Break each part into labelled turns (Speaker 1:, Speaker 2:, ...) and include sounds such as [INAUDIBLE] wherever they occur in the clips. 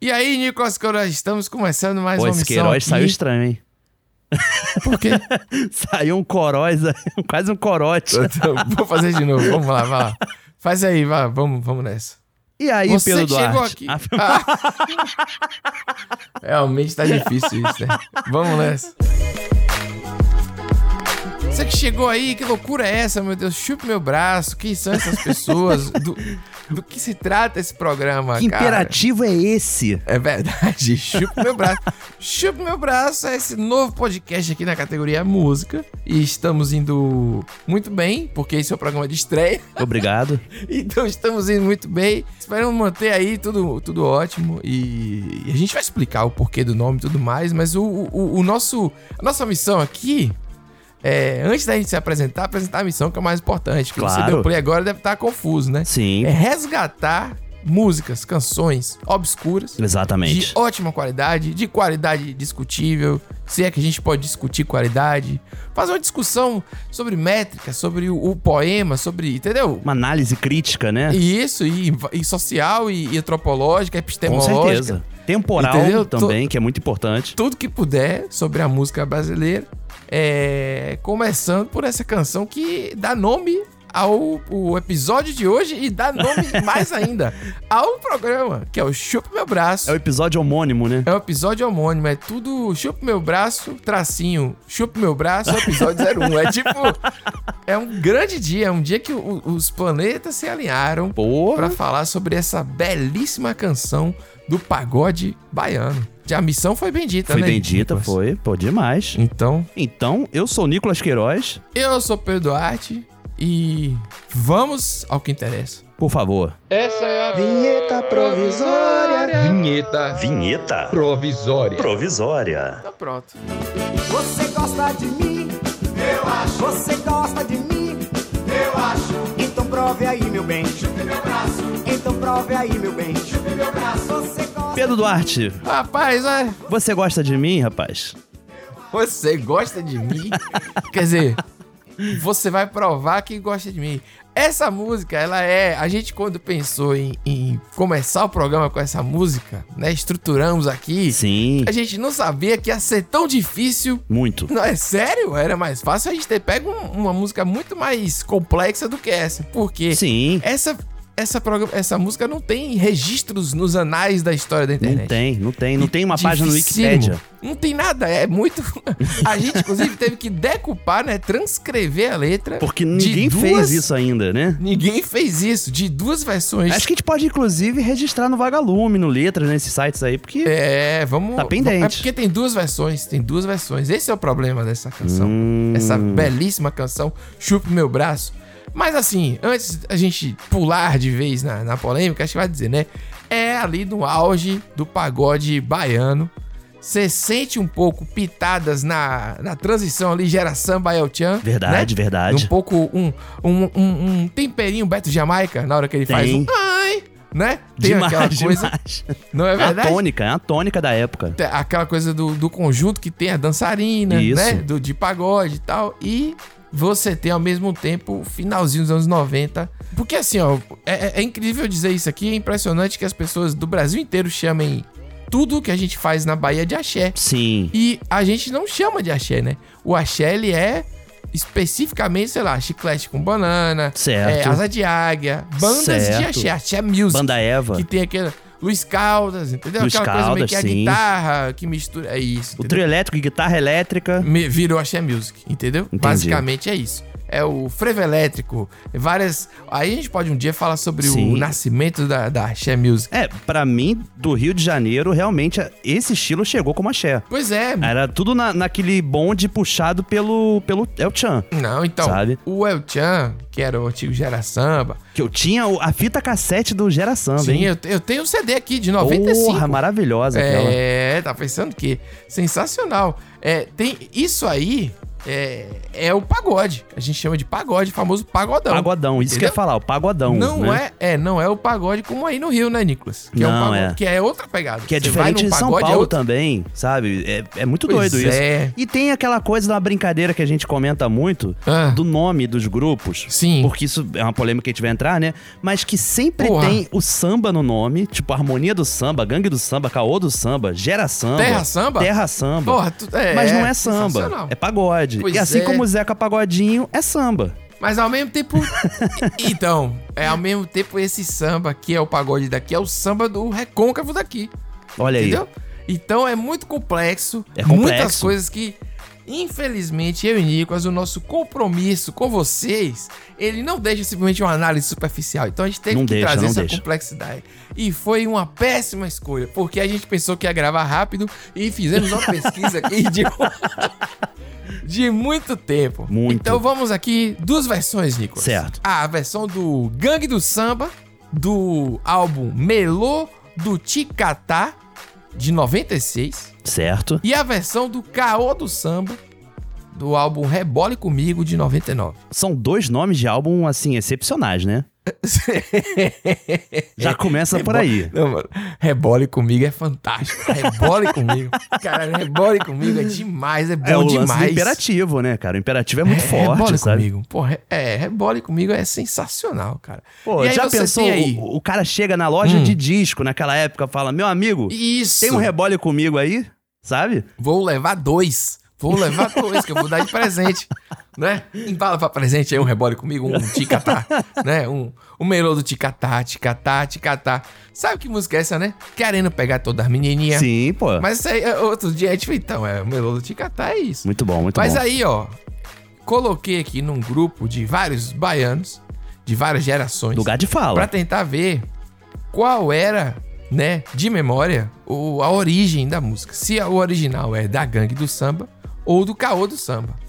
Speaker 1: E aí, Nicolas Coroa, estamos começando mais
Speaker 2: Pô,
Speaker 1: uma
Speaker 2: esse
Speaker 1: missão
Speaker 2: Queiroz
Speaker 1: aqui.
Speaker 2: saiu estranho, hein? [LAUGHS]
Speaker 1: Por [LAUGHS] quê?
Speaker 2: Saiu um coróis, [LAUGHS] quase um corote.
Speaker 1: Vou fazer de novo, vamos lá, vai lá. Faz aí, vai, vamos, vamos nessa.
Speaker 2: E aí,
Speaker 1: Você
Speaker 2: Pedro
Speaker 1: que chegou
Speaker 2: Duarte?
Speaker 1: aqui.
Speaker 2: A-
Speaker 1: [LAUGHS] Realmente tá difícil isso, né? Vamos nessa. Você que chegou aí, que loucura é essa, meu Deus? Chupa meu braço, quem são essas pessoas? Do, do que se trata esse programa,
Speaker 2: Que
Speaker 1: cara?
Speaker 2: imperativo é esse?
Speaker 1: É verdade, [LAUGHS] chupa meu braço. chupa meu braço é esse novo podcast aqui na categoria música. E estamos indo muito bem, porque esse é o programa de estreia. [LAUGHS]
Speaker 2: Obrigado.
Speaker 1: Então estamos indo muito bem. Esperamos manter aí tudo, tudo ótimo. E, e a gente vai explicar o porquê do nome e tudo mais. Mas o, o, o nosso, a nossa missão aqui é, antes da gente se apresentar, apresentar a missão que é o mais importante. Que você
Speaker 2: Claro.
Speaker 1: deu play agora deve estar confuso, né?
Speaker 2: Sim,
Speaker 1: É resgatar músicas, canções obscuras. É. De
Speaker 2: exatamente.
Speaker 1: ótima qualidade, de qualidade discutível, se é que a gente pode discutir qualidade. Fazer uma discussão sobre métrica, sobre o, o poema, sobre. Entendeu?
Speaker 2: Uma análise crítica, né?
Speaker 1: E Isso, e, e social, e, e antropológica,
Speaker 2: Com
Speaker 1: epistemológica.
Speaker 2: certeza. Temporal
Speaker 1: Entendeu? Tô-
Speaker 2: também, que é muito importante.
Speaker 1: Tudo que puder sobre a música brasileira. É, começando por essa canção que dá nome ao o episódio de hoje e dá
Speaker 2: [LAUGHS]
Speaker 1: nome mais ainda ao programa, que é o Chupa Meu Braço.
Speaker 2: É o episódio homônimo, né?
Speaker 1: É o episódio homônimo, é tudo chupa meu braço, tracinho, chupa meu braço, episódio 01. É tipo, é um grande dia, é um dia que o- os planetas se alinharam
Speaker 2: Porra.
Speaker 1: Pra falar sobre essa belíssima canção do pagode baiano. Já a missão foi bendita,
Speaker 2: Foi
Speaker 1: né?
Speaker 2: bendita,
Speaker 1: Nicolas?
Speaker 2: foi. Pô, demais.
Speaker 1: Então,
Speaker 2: Então, eu sou o Nicolas Queiroz.
Speaker 1: eu sou Pedro Duarte e vamos ao que interessa.
Speaker 2: Por favor.
Speaker 3: Essa é a
Speaker 4: Vinheta provisória.
Speaker 3: vinheta
Speaker 5: Vinheta
Speaker 3: provisória.
Speaker 5: provisória.
Speaker 1: Tá pronto.
Speaker 4: Você gosta de mim? Eu acho. Você gosta de mim? Eu acho. Então prove aí, meu bem. Chupe meu braço. Então prove aí, meu bem. Chupe meu braço. Você gosta.
Speaker 2: Pedro Duarte,
Speaker 1: Rapaz, é olha,
Speaker 2: você gosta de mim, rapaz?
Speaker 1: você gosta de mim? Quer dizer, você vai provar que gosta de mim. Essa música, ela é. A gente, quando pensou em, em começar o programa com essa música, né? Estruturamos aqui.
Speaker 2: Sim,
Speaker 1: A gente não sabia que ia ser tão difícil
Speaker 2: muito.
Speaker 1: Não, é sério? Era mais fácil a gente ter pego um- uma música muito mais complexa do que essa. [LAUGHS] Porque
Speaker 2: Sim,
Speaker 1: essa, essa, proga- essa música não tem registros nos anais da história da internet.
Speaker 2: não tem, não tem. Não tem uma página no
Speaker 1: Dificílimo.
Speaker 2: Wikipédia.
Speaker 1: Não tem nada, é muito. [LAUGHS] A gente, inclusive, teve que decupar, né? Transcrever a letra.
Speaker 2: Porque
Speaker 1: de
Speaker 2: ninguém
Speaker 1: duas-
Speaker 2: fez isso ainda, né?
Speaker 1: Ninguém fez isso. De duas versões.
Speaker 2: Acho que a gente pode, inclusive, registrar no Vagalume, no Letras, nesses sites aí, porque.
Speaker 1: É, vamos.
Speaker 2: Tá pendente.
Speaker 1: É porque tem duas versões. Tem duas versões. Esse é o problema dessa canção.
Speaker 2: Hum.
Speaker 1: essa belíssima canção, Chupa o Meu Braço. Mas assim, antes a gente pular de vez na, na polêmica, acho que vai dizer, né? É ali no auge do pagode baiano. Você sente um pouco pitadas na, na transição ali, geração Bael Chan.
Speaker 2: Verdade,
Speaker 1: Um
Speaker 2: verdade.
Speaker 1: pouco, um, um, um, um temperinho Beto Jamaica, na hora que ele faz
Speaker 2: Tem.
Speaker 1: um... Ai, né? Tem
Speaker 2: Demais,
Speaker 1: aquela coisa,
Speaker 2: demais.
Speaker 1: não é
Speaker 2: É a
Speaker 1: verdade?
Speaker 2: tônica, é a tônica da época.
Speaker 1: Tem aquela coisa do, do conjunto que tem a dançarina,
Speaker 2: Isso.
Speaker 1: né? Do, de pagode e tal. E você tem ao mesmo tempo o finalzinho dos anos 90. Porque assim, ó, é, é- é incrível dizer isso aqui, é impressionante que as pessoas do Brasil inteiro chamem tudo que a gente faz na Bahia de axé.
Speaker 2: Sim.
Speaker 1: E a gente não chama de axé, né? O axé, ele é especificamente, sei lá, chiclete com banana, é,
Speaker 2: Certo.
Speaker 1: asa de águia, bandas de
Speaker 2: Certo.
Speaker 1: axé, axé music.
Speaker 2: Banda Eva.
Speaker 1: Que tem aquele. Luiz Caldas, entendeu?
Speaker 2: Luiz
Speaker 1: Aquela coisa meio que é
Speaker 2: Caldas,
Speaker 1: a
Speaker 2: sim.
Speaker 1: guitarra que mistura. É isso.
Speaker 2: O
Speaker 1: entendeu?
Speaker 2: trio elétrico, guitarra elétrica.
Speaker 1: Me- Virou Axé Music, entendeu?
Speaker 2: Entendi.
Speaker 1: Basicamente é isso. É o frevo elétrico, várias. Aí a gente pode um dia falar sobre o
Speaker 2: Sim.
Speaker 1: nascimento da, da Axé Music.
Speaker 2: É, pra mim, do Rio de Janeiro, realmente, esse estilo chegou como axé.
Speaker 1: Pois é,
Speaker 2: Era tudo na- naquele bonde puxado pelo, pelo El Chan.
Speaker 1: não, então.
Speaker 2: Sabe?
Speaker 1: O El Chan, que era o antigo Gera Samba.
Speaker 2: Que eu tinha o- a fita cassete do Gera Samba,
Speaker 1: Sim, é
Speaker 2: hein?
Speaker 1: eu, eu tenho o CD aqui de 95.
Speaker 2: Porra, maravilhosa aquela.
Speaker 1: É, tá pensando que sensacional. É, tem isso aí é, é o pagode. A gente chama de pagode, famoso pagodão.
Speaker 2: Pagodão, isso que eu ia
Speaker 1: então, Entendeu?
Speaker 2: falar, o pagodão.
Speaker 1: Não
Speaker 2: né?
Speaker 1: é, é, não é o pagode como aí no Rio, né, Nicolas? Que é um
Speaker 2: Não,
Speaker 1: pagode,
Speaker 2: é.
Speaker 1: que é outra pegada.
Speaker 2: Que é
Speaker 1: Você vai
Speaker 2: diferente
Speaker 1: num
Speaker 2: de São
Speaker 1: pagode, é
Speaker 2: Paulo
Speaker 1: outra-
Speaker 2: também, sabe? É, é muito
Speaker 1: Pois
Speaker 2: doido isso.
Speaker 1: é.
Speaker 2: E tem aquela coisa da brincadeira que a gente comenta muito
Speaker 1: Ah.
Speaker 2: do nome dos grupos.
Speaker 1: Sim.
Speaker 2: Porque isso é uma polêmica que a gente vai entrar, né? Mas que sempre
Speaker 1: Porra.
Speaker 2: tem o samba no nome, tipo harmonia do samba, gangue do samba, caô do samba, gera samba.
Speaker 1: Terra samba?
Speaker 2: Terra samba.
Speaker 1: Porra, tu- é,
Speaker 2: Mas não
Speaker 1: é
Speaker 2: é samba,
Speaker 1: sensacional.
Speaker 2: é pagode.
Speaker 1: Pois
Speaker 2: e assim
Speaker 1: é.
Speaker 2: como o Zeca Pagodinho, é samba.
Speaker 1: Mas ao mesmo
Speaker 2: [LAUGHS]
Speaker 1: tempo. então, é ao mesmo tempo esse samba que é o pagode daqui, é o samba do recôncavo daqui.
Speaker 2: Olha
Speaker 1: Entendeu? Então é muito complexo.
Speaker 2: É complexo.
Speaker 1: Muitas coisas que, infelizmente, eu e Nicolas, o nosso compromisso com vocês, ele não deixa simplesmente uma análise superficial. Então a gente teve
Speaker 2: Não
Speaker 1: que
Speaker 2: deixa,
Speaker 1: trazer
Speaker 2: não
Speaker 1: essa
Speaker 2: deixa.
Speaker 1: complexidade. E foi uma péssima escolha, porque a gente pensou que ia gravar rápido e fizemos uma pesquisa aqui
Speaker 2: [LAUGHS]
Speaker 1: de, de muito tempo.
Speaker 2: Muito.
Speaker 1: Então vamos aqui duas versões, Nicolas.
Speaker 2: Certo.
Speaker 1: A versão do Gangue do Samba, do álbum Melô do Ticatá, de 96.
Speaker 2: aí, certo?
Speaker 1: E a versão do Caô do Samba, do álbum Rebole Comigo, de 99.
Speaker 2: São dois nomes de álbum, assim,
Speaker 1: [LAUGHS]
Speaker 2: excepcionais, né? Já começa
Speaker 1: É
Speaker 2: por aí.
Speaker 1: Não, mano. Rebole Comigo é fantástico. Rebole [LAUGHS] Comigo. Caralho, Rebole Comigo é demais, é bom
Speaker 2: É o lance do
Speaker 1: demais.
Speaker 2: imperativo, né, cara? O imperativo é muito forte,
Speaker 1: Rebole
Speaker 2: sabe?
Speaker 1: Comigo. Porra, é, Rebole Comigo é sensacional, cara.
Speaker 2: Pô,
Speaker 1: E aí
Speaker 2: já
Speaker 1: você
Speaker 2: pensou,
Speaker 1: tem aí- Hum.
Speaker 2: o, o cara chega na loja de disco naquela época fala, meu amigo,
Speaker 1: Isso.
Speaker 2: tem um rebole comigo aí, sabe?
Speaker 1: Vou levar dois. Vou levar dois, que eu vou dar de presente. [LAUGHS] Né? Embala pra presente aí um rebole comigo, um ticatá. [LAUGHS] né? Um, um melô do ticatá, ticatá, ticatá. Sabe que música é essa, né? Querendo pegar todas as menininhas.
Speaker 2: Sim, pô.
Speaker 1: É. Mas isso aí, é outro dia a gente fala, então, é o melô do ticatá, é isso.
Speaker 2: Muito bom, muito
Speaker 1: Mas
Speaker 2: bom.
Speaker 1: aí, ó, coloquei aqui num grupo de vários baianos, de várias gerações.
Speaker 2: Lugar de fala.
Speaker 1: Pra tentar ver qual era, né, de memória, o, a origem da música. Se o original é da gangue do samba ou do caô do samba.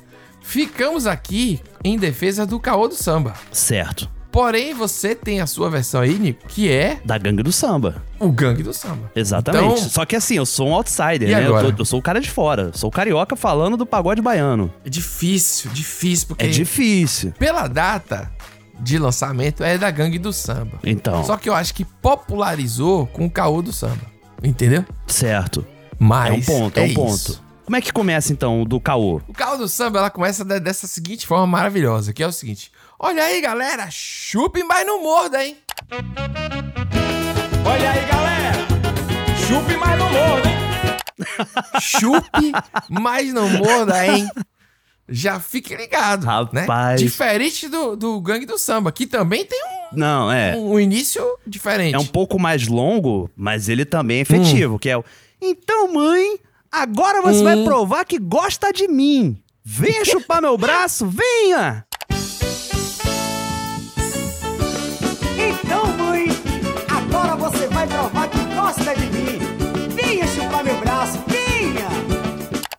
Speaker 1: Ficamos aqui em defesa do caô do samba.
Speaker 2: Certo.
Speaker 1: Porém, você tem a sua versão aí, Nico, que é
Speaker 2: Da gangue do samba.
Speaker 1: o gangue do samba.
Speaker 2: Exatamente.
Speaker 1: Então,
Speaker 2: Só que assim, eu sou um outsider,
Speaker 1: E
Speaker 2: né? Eu,
Speaker 1: agora?
Speaker 2: tô- eu sou o cara de fora. Sou o carioca falando do pagode baiano.
Speaker 1: é difícil, difícil, porque
Speaker 2: É difícil.
Speaker 1: pela data de lançamento é da gangue do samba.
Speaker 2: Então,
Speaker 1: Só que eu acho que popularizou com o caô do samba. Entendeu?
Speaker 2: certo.
Speaker 1: Mas
Speaker 2: É um ponto, é, um ponto.
Speaker 1: isso.
Speaker 2: Como é que começa então o do caô?
Speaker 1: O carro do samba, ela começa de- dessa seguinte forma maravilhosa, que é o seguinte. Olha aí, galera, chupem, mas não morda, hein?
Speaker 4: Olha aí, galera! Chupe mais no morro, hein?
Speaker 1: Chupe, mas não morda, hein? Já fique ligado, né?
Speaker 2: Rapaz.
Speaker 1: Diferente do, do Gangue do Samba, que também tem um,
Speaker 2: Não, é.
Speaker 1: um início diferente.
Speaker 2: É um pouco mais longo, mas ele também é
Speaker 1: Hum.
Speaker 2: efetivo, que é o Então, mãe, agora você vai provar que gosta de mim. Venha chupar meu braço, venha!
Speaker 4: Então, mãe, agora você vai provar que gosta de mim. Venha chupar meu braço, venha!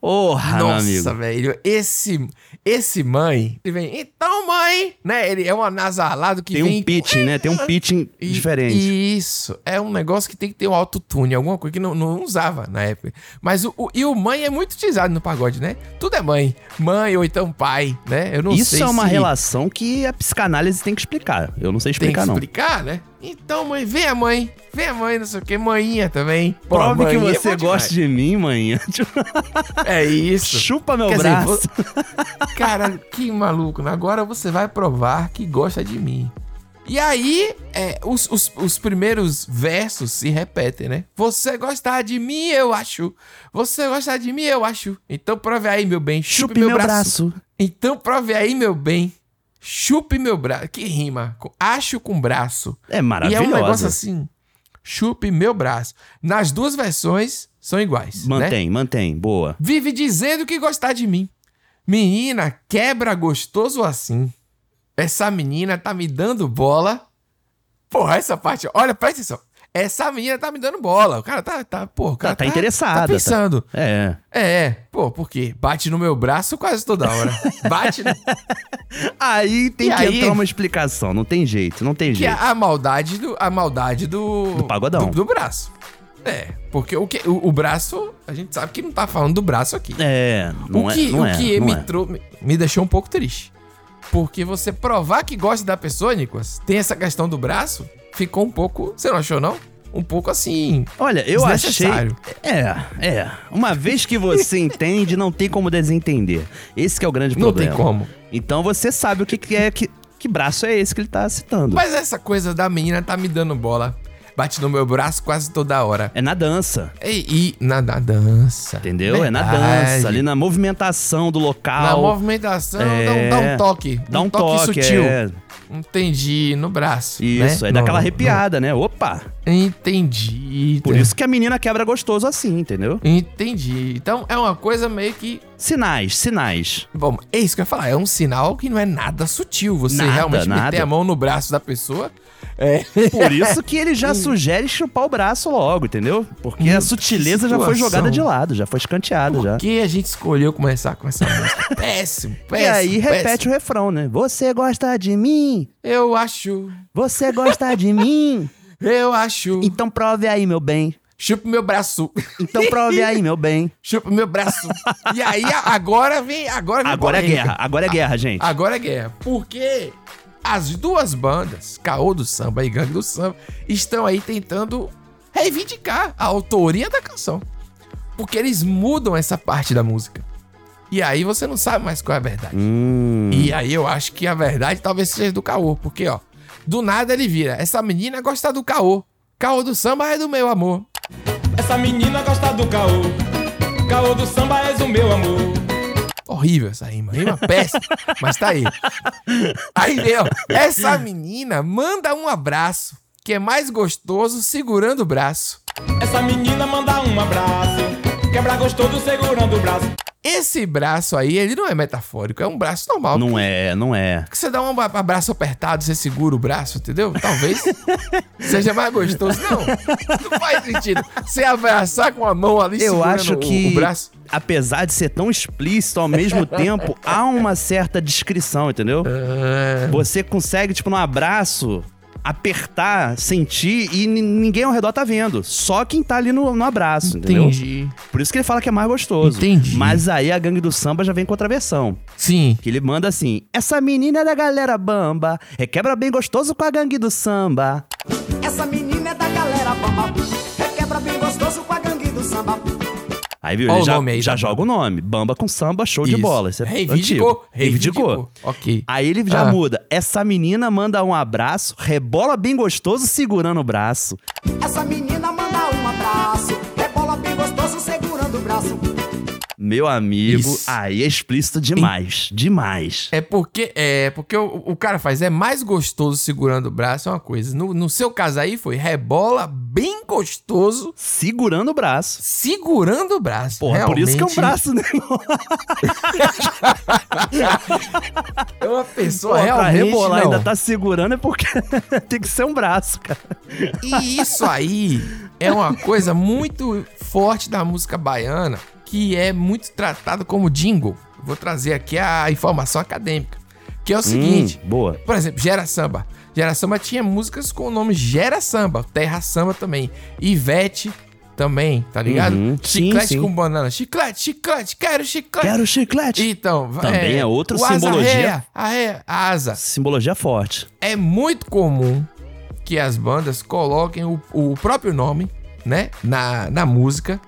Speaker 2: Porra, meu
Speaker 1: Nossa,
Speaker 2: amigo.
Speaker 1: velho, esse, esse mãe, ele vem, então mãe, né? Ele é um anasalado que
Speaker 2: Tem
Speaker 1: vem...
Speaker 2: um pitching, né? Tem um pitching
Speaker 1: E-
Speaker 2: diferente.
Speaker 1: Isso. É um negócio que tem que ter um autotune, alguma coisa que não, não usava na época. Mas o, o- e o mãe é muito utilizado no pagode, né? Tudo é mãe. Mãe ou então pai, né? Eu não
Speaker 2: Isso
Speaker 1: sei
Speaker 2: é uma
Speaker 1: se
Speaker 2: relação que a psicanálise tem que explicar. Eu não sei
Speaker 1: tem que
Speaker 2: explicar, não.
Speaker 1: explicar, né? Então, mãe, vem a mãe. Vem a mãe, não sei o que, manhinha também. Pô,
Speaker 2: Prove que
Speaker 1: manhinha é
Speaker 2: você
Speaker 1: bom
Speaker 2: gosta de mim, mãe. [LAUGHS] Tipo,
Speaker 1: demais. É isso.
Speaker 2: Chupa meu
Speaker 1: Quer dizer,
Speaker 2: braço.
Speaker 1: vo- [LAUGHS] Cara, que maluco. né? Agora você vai provar que gosta de mim. E aí, é, os, os- os primeiros versos se repetem, né? Você gostar de mim, eu acho. Você gostar de mim, eu acho. Então prove aí, meu bem. Chupe, meu, braço. Então prove aí, meu bem. Chupe meu braço. Que rima. Com- Acho com braço. E
Speaker 2: É
Speaker 1: é um negócio
Speaker 2: maravilhosa.
Speaker 1: assim. Chupe meu braço. Nas duas versões são iguais. né?
Speaker 2: Mantém, mantém. Boa.
Speaker 1: Vive dizendo que gostar de mim. Menina, quebra gostoso assim. Essa menina tá me dando bola. Porra, essa parte, olha, presta atenção. Essa menina tá me dando bola. O cara tá, tá, pô, o cara
Speaker 2: Tá- tá interessada,
Speaker 1: Tá
Speaker 2: tá-
Speaker 1: pensando.
Speaker 2: É.
Speaker 1: É, é, pô, por quê? Bate no meu braço quase toda hora. Bate no...
Speaker 2: Aí tem
Speaker 1: E
Speaker 2: que
Speaker 1: aí?
Speaker 2: entrar uma explicação. Não tem jeito, não tem
Speaker 1: que é
Speaker 2: jeito.
Speaker 1: a maldade do a maldade do
Speaker 2: Do pagodão.
Speaker 1: do, do braço. É, porque o, que, o, o braço, a gente sabe que não tá falando do braço aqui.
Speaker 2: É, não
Speaker 1: o que,
Speaker 2: é. Não
Speaker 1: o
Speaker 2: é,
Speaker 1: que
Speaker 2: não
Speaker 1: me,
Speaker 2: é.
Speaker 1: trou- me- me deixou um pouco triste. Porque você provar que gosta da pessoa, Nicolas, tem essa questão do braço, ficou um pouco. Você não achou, não? Um pouco assim.
Speaker 2: Olha, eu achei.
Speaker 1: Desnecessário.
Speaker 2: É, é. Uma vez que você [LAUGHS] entende, não tem como desentender. Esse que é o grande
Speaker 1: Não
Speaker 2: problema.
Speaker 1: tem como.
Speaker 2: Então você sabe o que, que é que. Que braço é esse que ele tá citando?
Speaker 1: Mas essa coisa da menina tá me dando bola. Bate no meu braço quase toda hora.
Speaker 2: É na dança.
Speaker 1: E, e na, na dança.
Speaker 2: Entendeu? É na
Speaker 1: Verdade.
Speaker 2: dança, ali na movimentação do
Speaker 1: Na
Speaker 2: local.
Speaker 1: movimentação, dá, um,
Speaker 2: É.
Speaker 1: dá um toque.
Speaker 2: Dá um toque,
Speaker 1: sutil.
Speaker 2: é.
Speaker 1: Entendi, no braço.
Speaker 2: Isso,
Speaker 1: né?
Speaker 2: aí dá
Speaker 1: No-
Speaker 2: aquela arrepiada, né? Opa!
Speaker 1: no- Entendi.
Speaker 2: Por isso que a menina quebra gostoso assim, entendeu?
Speaker 1: Entendi. Então é uma coisa meio que.
Speaker 2: Sinais, sinais.
Speaker 1: Bom, é isso que eu ia falar. É um sinal que não é nada sutil. Você
Speaker 2: Nada,
Speaker 1: realmente meter
Speaker 2: nada.
Speaker 1: a mão no braço da pessoa. É. [LAUGHS]
Speaker 2: Por isso que ele já sugere chupar o braço logo, entendeu? Porque
Speaker 1: Hum,
Speaker 2: a sutileza
Speaker 1: que
Speaker 2: já foi
Speaker 1: situação.
Speaker 2: jogada de lado, já foi escanteada já.
Speaker 1: Por que a gente escolheu começar com essa música?
Speaker 2: [LAUGHS]
Speaker 1: Péssimo, péssimo.
Speaker 2: Tá. e aí repete
Speaker 1: péssimo.
Speaker 2: o refrão, né? Você gosta de mim?
Speaker 1: Eu acho,
Speaker 2: Você gosta
Speaker 1: [LAUGHS]
Speaker 2: de mim?
Speaker 1: eu acho.
Speaker 2: Então prove aí, meu bem.
Speaker 1: Chupa o meu braço. [LAUGHS]
Speaker 2: Então prove aí, meu bem.
Speaker 1: Chupa o meu braço. E aí a- agora vem. Agora, vem
Speaker 2: [LAUGHS] Agora é
Speaker 1: polêmica.
Speaker 2: guerra, agora é guerra, gente.
Speaker 1: Agora é guerra. Porque as duas bandas, Caô do Samba e Gangue do Samba, estão aí tentando reivindicar a autoria da canção. Porque eles mudam essa parte da música. E aí você não sabe mais qual é a verdade.
Speaker 2: Hum.
Speaker 1: E aí eu acho que a verdade talvez seja do Caô. Porque, ó, do nada ele vira. Essa menina gosta do Caô. Caô do Samba é do meu amor.
Speaker 5: Essa menina gosta do caô. Caô do samba és o meu amor.
Speaker 1: Horrível essa rima, rima péssima, mas tá aí. Aí deu. Essa menina manda um abraço, que é mais gostoso segurando o braço.
Speaker 5: Essa menina manda um abraço. Quebra gostoso segurando o braço.
Speaker 1: Esse braço aí, ele não é metafórico, é um braço normal.
Speaker 2: Não é, não é.
Speaker 1: Porque você dá um abra- abraço apertado, você segura o braço, entendeu?
Speaker 2: [LAUGHS]
Speaker 1: Talvez seja mais gostoso. Não, não faz sentido. Você abraçar com a mão ali
Speaker 2: Eu
Speaker 1: segurando
Speaker 2: acho
Speaker 1: o-
Speaker 2: que,
Speaker 1: o braço.
Speaker 2: apesar de ser tão explícito, ao
Speaker 1: [LAUGHS]
Speaker 2: mesmo tempo, há uma certa descrição, entendeu?
Speaker 1: Ah,
Speaker 2: Você consegue, tipo, num abraço, apertar, sentir e n- ninguém ao redor tá vendo. Só quem tá ali no, no abraço, entendeu?
Speaker 1: entendi.
Speaker 2: Por isso que ele fala que é mais gostoso.
Speaker 1: Entendi.
Speaker 2: Mas aí a gangue do samba já vem com outra versão.
Speaker 1: Sim.
Speaker 2: Que ele manda assim: Essa menina é da galera bamba, requebra bem gostoso com a gangue do samba.
Speaker 4: Essa menina é da galera bamba. Requebra bem gostoso com a gangue do samba.
Speaker 2: Aí viu,
Speaker 1: Ó
Speaker 2: ele
Speaker 1: o
Speaker 2: já,
Speaker 1: nome aí
Speaker 2: já
Speaker 1: da
Speaker 2: joga o nome. Bamba com samba, show de
Speaker 1: Isso.
Speaker 2: bola. Isso é
Speaker 1: Reivindicou,
Speaker 2: antigo.
Speaker 1: reivindicou.
Speaker 2: Reivindicou.
Speaker 1: Ok.
Speaker 2: Aí ele já
Speaker 1: Ah.
Speaker 2: muda. Essa menina manda um abraço, rebola bem gostoso segurando o braço.
Speaker 4: Essa menina manda um abraço. Rebola bem gostoso segurando o braço.
Speaker 2: Meu amigo,
Speaker 1: Isso.
Speaker 2: aí é explícito demais. Demais.
Speaker 1: É porque, é porque o, o cara faz, é mais gostoso segurando o braço, é uma coisa. No, no seu caso aí foi rebola bem gostoso
Speaker 2: Segurando o braço.
Speaker 1: segurando o braço.
Speaker 2: Porra, por isso que é um
Speaker 1: Realmente,
Speaker 2: braço, né?
Speaker 1: [LAUGHS] É uma pessoa
Speaker 2: Porra, pra
Speaker 1: realmente
Speaker 2: rebolar
Speaker 1: não.
Speaker 2: ainda tá segurando é porque [LAUGHS] tem que ser um braço, cara.
Speaker 1: E isso aí é uma coisa muito forte da música baiana, que é muito tratado como jingle. Vou trazer aqui a informação acadêmica, que é o seguinte,
Speaker 2: Hum, boa.
Speaker 1: Por exemplo, Gera Samba. Gera Samba tinha músicas com o nome Gera Samba, Terra Samba também, Ivete também, tá ligado?
Speaker 2: Uhum, sim,
Speaker 1: Chiclete
Speaker 2: sim.
Speaker 1: com banana. Chiclete, chiclete, quero chiclete.
Speaker 2: Quero chiclete.
Speaker 1: Então,
Speaker 2: Também é outra
Speaker 1: o asa
Speaker 2: simbologia.
Speaker 1: ré, A ré, a asa.
Speaker 2: Simbologia forte.
Speaker 1: É muito comum que as bandas coloquem o, o próprio nome, né, na, na música.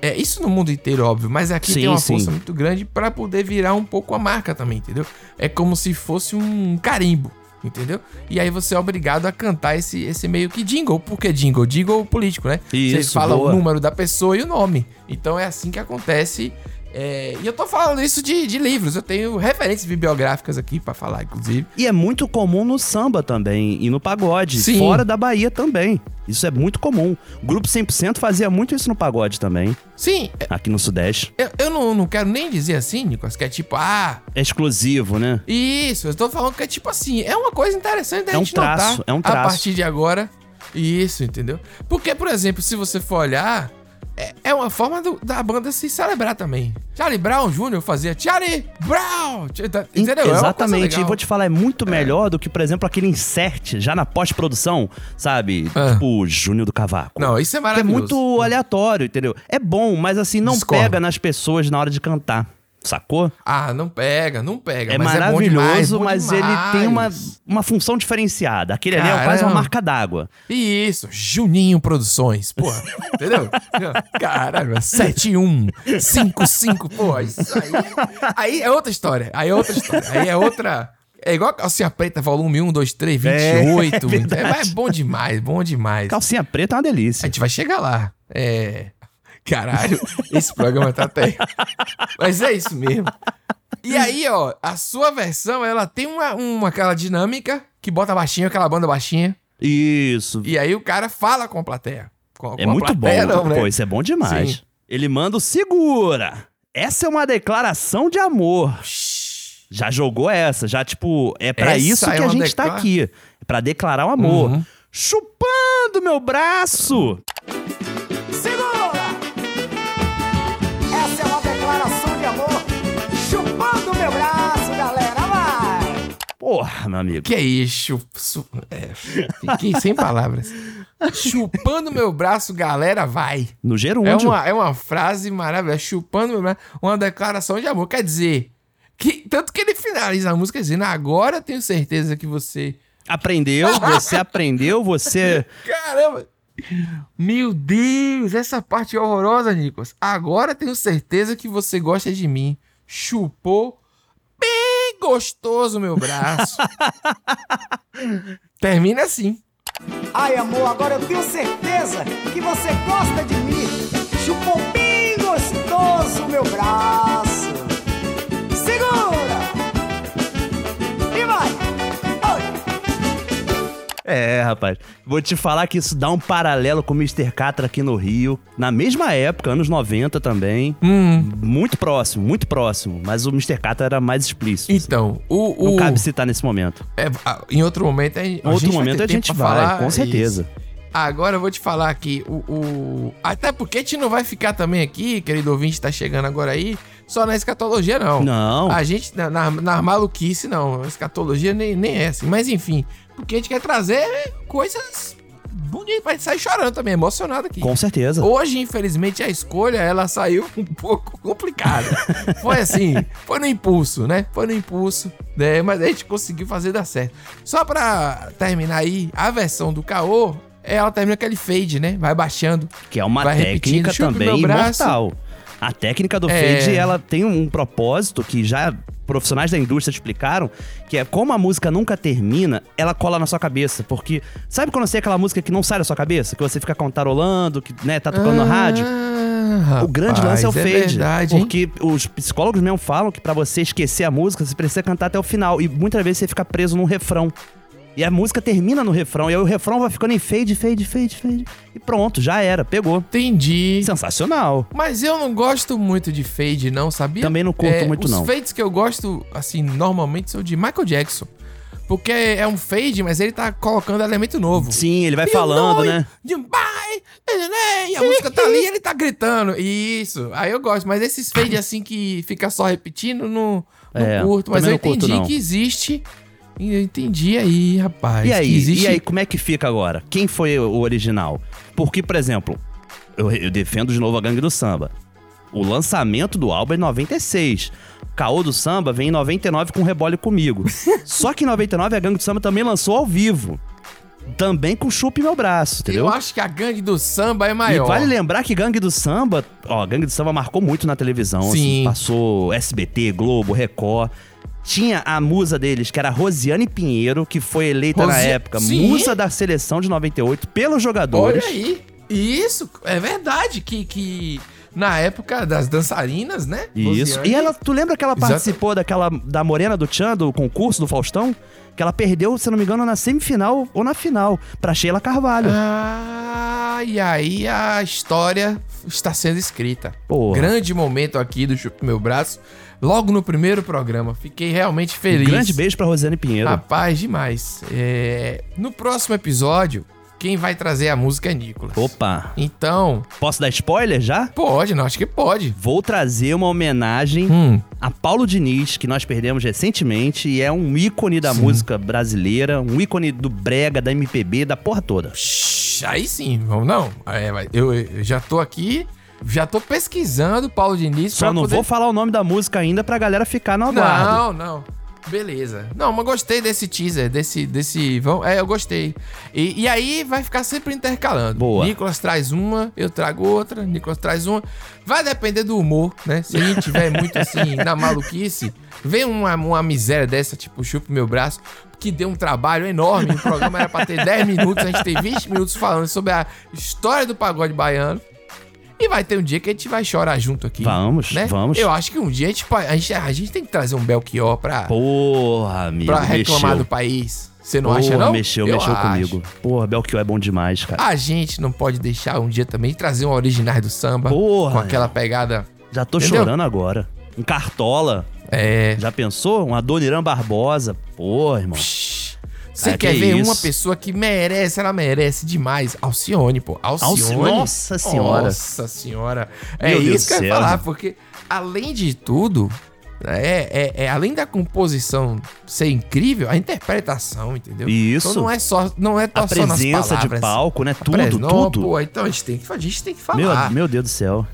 Speaker 1: É, isso no mundo inteiro, óbvio, mas aqui
Speaker 2: Sim,
Speaker 1: tem uma
Speaker 2: sim.
Speaker 1: força muito grande pra poder virar um pouco a marca também, entendeu? É como se fosse um carimbo, entendeu? E aí você é obrigado a cantar esse, esse meio que jingle. Por que jingle? Jingle político, né?
Speaker 2: Isso,
Speaker 1: você fala
Speaker 2: boa.
Speaker 1: o número da pessoa e o nome. Então é assim que acontece. é, e eu tô falando isso de, de livros, eu tenho referências bibliográficas aqui pra falar, inclusive.
Speaker 2: E é muito comum no samba também e no pagode,
Speaker 1: Sim.
Speaker 2: fora da Bahia também. Isso é muito comum. O Grupo 100% fazia muito isso no pagode também,
Speaker 1: Sim,
Speaker 2: aqui no Sudeste.
Speaker 1: Eu, eu não, não quero nem dizer assim, Nicolas, que é tipo, ah,
Speaker 2: É exclusivo, né?
Speaker 1: isso, eu tô falando que é tipo assim, é uma coisa interessante da
Speaker 2: É um
Speaker 1: gente notar
Speaker 2: traço, é um
Speaker 1: a
Speaker 2: traço.
Speaker 1: partir de agora. Isso, entendeu? Porque, por exemplo, se você for olhar, é, é uma forma do- da banda se celebrar também. Charlie Brown Jr. fazia Charlie Brown! Entendeu? É uma coisa
Speaker 2: Exatamente, e
Speaker 1: legal.
Speaker 2: vou te falar, é muito melhor do que, por exemplo, aquele insert já na pós-produção, sabe?
Speaker 1: Ah.
Speaker 2: Tipo, Júnior do Cavaco.
Speaker 1: Não, isso é
Speaker 2: Que é
Speaker 1: maravilhoso.
Speaker 2: muito aleatório, entendeu? É bom, mas assim, não
Speaker 1: Discordo.
Speaker 2: pega nas pessoas na hora de cantar, sacou?
Speaker 1: Ah, não pega, não pega.
Speaker 2: É
Speaker 1: mas
Speaker 2: maravilhoso,
Speaker 1: é bom demais, bom
Speaker 2: mas
Speaker 1: demais.
Speaker 2: ele tem uma, uma função diferenciada. Aquele ali é quase uma
Speaker 1: Caramba.
Speaker 2: marca d'água.
Speaker 1: E Isso, Juninho Produções, pô,
Speaker 2: [LAUGHS]
Speaker 1: entendeu? Caralho, 7155, pô, isso aí. Aí é outra história, aí é outra história, aí é outra. É igual a calcinha preta, volume 1, 2, 3, 28.
Speaker 2: [LAUGHS] É, é verdade.
Speaker 1: É, mas é bom demais, bom demais.
Speaker 2: Calcinha preta é uma
Speaker 1: A
Speaker 2: delícia.
Speaker 1: gente vai chegar lá. É. Caralho, esse programa tá até. Mas é isso mesmo. E aí, ó, a sua versão, ela tem uma, uma aquela dinâmica que bota baixinho, aquela banda baixinha.
Speaker 2: Isso.
Speaker 1: E aí o cara fala com a plateia. Com-
Speaker 2: É
Speaker 1: com a
Speaker 2: muito bom.
Speaker 1: plateia não, né?
Speaker 2: Pô, isso é bom demais.
Speaker 1: Sim.
Speaker 2: Ele manda o segura. Essa é uma declaração de amor.
Speaker 1: Shhh.
Speaker 2: Já jogou essa, já tipo, é pra
Speaker 1: Essa
Speaker 2: isso
Speaker 1: é
Speaker 2: que a
Speaker 1: uma
Speaker 2: gente tá
Speaker 1: declara-
Speaker 2: aqui, É pra declarar o amor.
Speaker 1: Uhum.
Speaker 2: Chupando meu braço.
Speaker 4: Segura! Essa é uma declaração de amor. Chupando meu braço, galera, vai!
Speaker 2: Porra, meu amigo.
Speaker 1: Que é isso? Su- é, fiquei sem palavras. Chupando meu braço, galera, vai.
Speaker 2: No
Speaker 1: É
Speaker 2: gerúndio.
Speaker 1: uma, é uma frase maravilhosa. Chupando meu braço, uma declaração de amor. Quer dizer, que, tanto que ele finaliza a música dizendo: Agora eu tenho certeza que você.
Speaker 2: Aprendeu, você aprendeu, você
Speaker 1: Caramba! Meu Deus, essa parte é horrorosa, Nicolas. Agora tenho certeza que você gosta de mim. Chupou bem gostoso meu
Speaker 2: [LAUGHS]
Speaker 1: braço. Termina assim.
Speaker 4: Ai, amor, agora eu tenho certeza que você gosta de mim. Chupou bem gostoso meu braço. Segura! E vai! Oi!
Speaker 2: É, rapaz. Vou te falar que isso dá um paralelo com o Mr. Catra aqui no Rio. Na mesma época, anos 90 também.
Speaker 1: Hum,
Speaker 2: Muito próximo, muito próximo. Mas o Mr. Catra era mais explícito. assim.
Speaker 1: então, o.
Speaker 2: Não
Speaker 1: o
Speaker 2: cabe citar nesse momento.
Speaker 1: é, a- em outro momento, a,
Speaker 2: Em outro
Speaker 1: gente vai
Speaker 2: momento
Speaker 1: ter
Speaker 2: a gente
Speaker 1: tempo
Speaker 2: vai,
Speaker 1: pra falar
Speaker 2: com certeza.
Speaker 1: Agora eu vou te falar aqui, o, o- Até porque a gente não vai ficar também aqui, querido ouvinte, tá chegando agora aí, só na escatologia, não.
Speaker 2: Não.
Speaker 1: A gente, na, na, na maluquice, não. A escatologia nem, nem é assim. Mas enfim, porque a gente quer trazer é coisas bonitas pra gente sair chorando também, emocionado aqui.
Speaker 2: Com certeza.
Speaker 1: Hoje, infelizmente, a escolha, ela saiu um [LAUGHS] pouco complicada. Foi assim, foi no impulso, né? Foi no impulso, né? Mas a gente conseguiu fazer dar certo. Só pra terminar aí, a versão do Caô, ela termina aquele fade, né? Vai baixando.
Speaker 2: Que é uma
Speaker 1: Vai repetindo,
Speaker 2: técnica
Speaker 1: chupa
Speaker 2: também
Speaker 1: meu braço.
Speaker 2: imortal. A técnica do
Speaker 1: É.
Speaker 2: fade, ela tem um propósito que já profissionais da indústria explicaram, que é como a música nunca termina, ela cola na sua cabeça, porque sabe quando você tem aquela música que não sai da sua cabeça, que você fica cantarolando, que né, tá tocando no rádio?
Speaker 1: Ah,
Speaker 2: O grande
Speaker 1: rapaz,
Speaker 2: lance é o fade.
Speaker 1: verdade, hein?
Speaker 2: porque os psicólogos mesmo falam que pra você esquecer a música, você precisa cantar até o final. E muitas vezes você fica preso num refrão. E a música termina no refrão. E aí o refrão vai ficando em fade, fade, fade, fade. E pronto, já era, pegou.
Speaker 1: Entendi.
Speaker 2: Sensacional.
Speaker 1: Mas eu não gosto muito de fade, não, sabia? É,
Speaker 2: Também não curto muito,
Speaker 1: os
Speaker 2: não.
Speaker 1: Os fades que eu gosto, assim, normalmente são de Michael Jackson. Porque é um fade, mas ele tá colocando elemento novo.
Speaker 2: Sim, ele vai falando, né?
Speaker 1: Jumbai! né, E a música tá ali e ele tá gritando. Isso, aí eu gosto. Mas esses fade assim que fica só repetindo, não, não
Speaker 2: É,
Speaker 1: curto. Mas eu
Speaker 2: também não curto,
Speaker 1: entendi
Speaker 2: não.
Speaker 1: que existe. Eu entendi aí, rapaz.
Speaker 2: E
Speaker 1: que
Speaker 2: aí,
Speaker 1: existe.
Speaker 2: e aí, como é que fica agora? Quem foi o original? Porque, por exemplo, eu, eu defendo de novo a Gangue do Samba. O lançamento do álbum é em 96. Caô do Samba vem em 99 com Rebole Comigo. Só que em 99 a Gangue do Samba também lançou ao vivo. Também com Chupe Meu Braço, entendeu?
Speaker 1: Eu acho que a gangue do samba é
Speaker 2: E
Speaker 1: maior.
Speaker 2: vale lembrar que Gangue do Samba, ó, Gangue do Samba marcou muito na televisão. assim,
Speaker 1: Sim.
Speaker 2: passou SBT, Globo, Record. Tinha a musa deles, que era Rosiane Pinheiro, que foi eleita na
Speaker 1: Rosi-
Speaker 2: época
Speaker 1: Sim.
Speaker 2: musa da seleção de 98 pelos jogadores.
Speaker 1: Olha aí. Isso, é verdade que, que na época das dançarinas, né?
Speaker 2: Isso.
Speaker 1: Rosiane-
Speaker 2: E ela, tu lembra que ela
Speaker 1: Exato.
Speaker 2: participou daquela da Morena do Tchan, do concurso do Faustão? Que ela perdeu, se não me engano, na semifinal ou na final, pra Sheila Carvalho.
Speaker 1: Ah, e aí a história está sendo escrita.
Speaker 2: Porra.
Speaker 1: Grande momento aqui do Chupa Meu Braço, logo no primeiro programa. Fiquei realmente
Speaker 2: Um
Speaker 1: feliz. Ah.
Speaker 2: Grande beijo pra Rosiane Pinheiro.
Speaker 1: Rapaz, demais. É, No próximo episódio, Quem vai trazer a música é Nicolas.
Speaker 2: Opa.
Speaker 1: Então,
Speaker 2: Posso dar spoiler já?
Speaker 1: pode, não, acho que pode.
Speaker 2: Vou trazer uma homenagem
Speaker 1: Hum.
Speaker 2: a Paulo Diniz, que nós perdemos recentemente e é um ícone da música brasileira, um ícone do brega, da MPB, da porra toda.
Speaker 1: Shhh, Aí sim, vamos não. É, vai- eu, eu já tô aqui, já tô pesquisando Paulo Diniz.
Speaker 2: Só
Speaker 1: pra
Speaker 2: não
Speaker 1: poder-
Speaker 2: vou falar o nome da música ainda pra galera ficar no aguardo.
Speaker 1: Não, não. Beleza. Não, mas gostei desse teaser, desse. desse vão, é, eu gostei. E, e aí vai ficar sempre intercalando.
Speaker 2: Boa.
Speaker 1: Nicolas traz uma, eu trago outra, Nicolas traz uma. Vai depender do humor, né? Se a gente tiver
Speaker 2: [LAUGHS]
Speaker 1: muito assim, na maluquice, vem uma, uma miséria dessa, tipo, chupa meu braço. Que deu um trabalho enorme. O programa era pra ter
Speaker 2: [LAUGHS]
Speaker 1: 10 minutos, a gente tem 20 minutos falando sobre a história do pagode baiano. E vai ter um dia que a gente vai chorar junto aqui.
Speaker 2: Vamos,
Speaker 1: né?
Speaker 2: vamos.
Speaker 1: Eu acho que um dia tipo, a, gente, a gente tem que trazer um Belchior pra,
Speaker 2: Porra, amigo,
Speaker 1: pra reclamar
Speaker 2: mexeu.
Speaker 1: do país. Você não
Speaker 2: Porra,
Speaker 1: acha, não?
Speaker 2: mexeu,
Speaker 1: Eu
Speaker 2: mexeu
Speaker 1: acho.
Speaker 2: comigo. Porra, Belchior é bom demais, cara.
Speaker 1: A gente não pode deixar um dia também trazer um originais do samba.
Speaker 2: Porra,
Speaker 1: Com aquela pegada.
Speaker 2: Já tô
Speaker 1: Entendeu?
Speaker 2: chorando agora. Um Cartola,
Speaker 1: É.
Speaker 2: já pensou? Um Adoniran Barbosa. Porra, irmão.
Speaker 1: psh. Você
Speaker 2: Cara,
Speaker 1: quer
Speaker 2: É, que
Speaker 1: ver
Speaker 2: isso.
Speaker 1: uma pessoa que merece, ela merece demais. Alcione, pô. Alcione.
Speaker 2: Alci- Nossa Senhora.
Speaker 1: Nossa senhora. É
Speaker 2: Meu Deus
Speaker 1: isso que
Speaker 2: do
Speaker 1: eu ia
Speaker 2: céu.
Speaker 1: falar, porque além de tudo, é, é- é- além da composição ser incrível, a interpretação, entendeu?
Speaker 2: Isso.
Speaker 1: Então não é só, não é
Speaker 2: A
Speaker 1: só só nas
Speaker 2: presença de
Speaker 1: palavras.
Speaker 2: palco, né?
Speaker 1: A pres-
Speaker 2: Tudo,
Speaker 1: Não,
Speaker 2: tudo.
Speaker 1: Pô, então a gente tem que, a gente tem que
Speaker 2: Meu,
Speaker 1: falar.
Speaker 2: meu Deus do céu.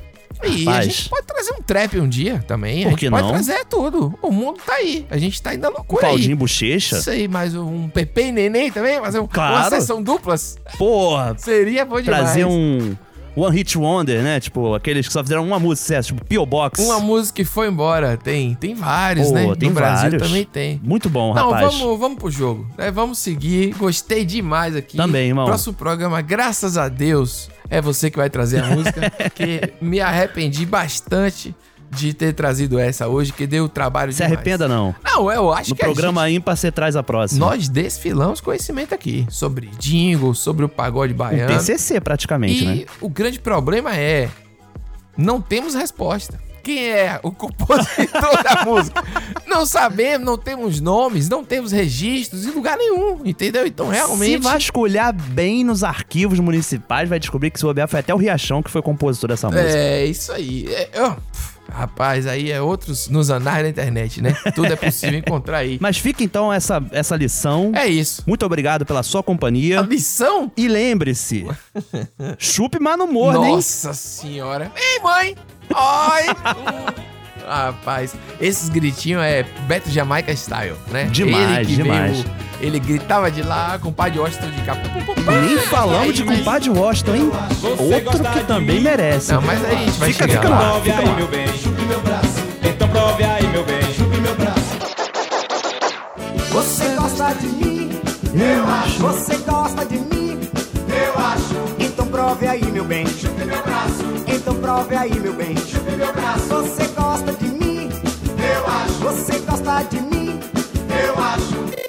Speaker 1: e a
Speaker 2: rapaz.
Speaker 1: gente pode trazer um trap um dia também. a
Speaker 2: Por
Speaker 1: gente
Speaker 2: que
Speaker 1: pode
Speaker 2: não?
Speaker 1: trazer tudo. O mundo tá aí. A gente tá indo à
Speaker 2: O
Speaker 1: loucura aí.
Speaker 2: Paulinho um Bochecha.
Speaker 1: Isso aí, mais um Pepe e Neném também, fazer um, uma
Speaker 2: Claro.
Speaker 1: sessão duplas,
Speaker 2: Porra,
Speaker 1: seria bom é demais.
Speaker 2: trazer um One Hit Wonder, né? Tipo, aqueles que só fizeram uma música, de sucesso, tipo P.O. Box.
Speaker 1: Uma música que foi embora, tem, tem vários,
Speaker 2: Pô,
Speaker 1: né?
Speaker 2: tem
Speaker 1: no Brasil
Speaker 2: vários.
Speaker 1: também tem.
Speaker 2: Muito bom,
Speaker 1: Não,
Speaker 2: rapaz.
Speaker 1: vamos, vamos pro jogo, né? Vamos seguir, gostei demais aqui.
Speaker 2: Também, irmão.
Speaker 1: Próximo programa, graças a Deus, é você que vai trazer a
Speaker 2: [LAUGHS]
Speaker 1: música, que me arrependi bastante de ter trazido essa hoje, que deu trabalho
Speaker 2: Se
Speaker 1: demais.
Speaker 2: arrependa, não.
Speaker 1: Não, eu acho
Speaker 2: No
Speaker 1: que a
Speaker 2: programa ímpar, você traz a próxima.
Speaker 1: Nós desfilamos conhecimento aqui sobre jingle, sobre o pagode
Speaker 2: um
Speaker 1: baiano.
Speaker 2: PCC, praticamente,
Speaker 1: E
Speaker 2: né?
Speaker 1: o grande problema é não temos resposta. Quem é o compositor
Speaker 2: [LAUGHS]
Speaker 1: da música? Não sabemos, não temos nomes, não temos registros em lugar nenhum, entendeu? Então realmente
Speaker 2: Se vasculhar bem nos arquivos municipais, vai descobrir que se bobear foi até o Riachão que foi compositor dessa música.
Speaker 1: é isso aí. É, ó, pff, rapaz, aí é outros nos anais da internet, né? Tudo é possível encontrar
Speaker 2: [LAUGHS]
Speaker 1: aí.
Speaker 2: Mas fica então essa, essa lição.
Speaker 1: É Ah. isso.
Speaker 2: Muito obrigado pela sua
Speaker 1: A
Speaker 2: companhia.
Speaker 1: lição? [LAUGHS]
Speaker 2: E lembre-se, chupe, mas não morda, hein?
Speaker 1: Nossa senhora. Ei, mãe! Oi! [LAUGHS] Hum. Rapaz, esses gritinhos é Beto Jamaica Style, né?
Speaker 2: Demais, demais.
Speaker 1: veio- ele gritava de lá com o pai de Washington de cá.
Speaker 2: Nem falamos de compadre Washington, hein? Outro que também merece.
Speaker 1: Não, mas aí a gente vai
Speaker 2: Fica,
Speaker 1: chegar
Speaker 2: É, fica
Speaker 1: lá.
Speaker 2: lá.
Speaker 5: Prove aí, meu bem. Chupe meu braço. Então prove aí, meu bem.
Speaker 4: Você gosta de mim? Eu acho. Você gosta de mim? Eu acho. Então prove aí, meu bem. Chupe meu braço. Então prove aí, meu bem. Chupe meu braço. Você gosta de mim? Eu acho. Você gosta de mim? Eu acho.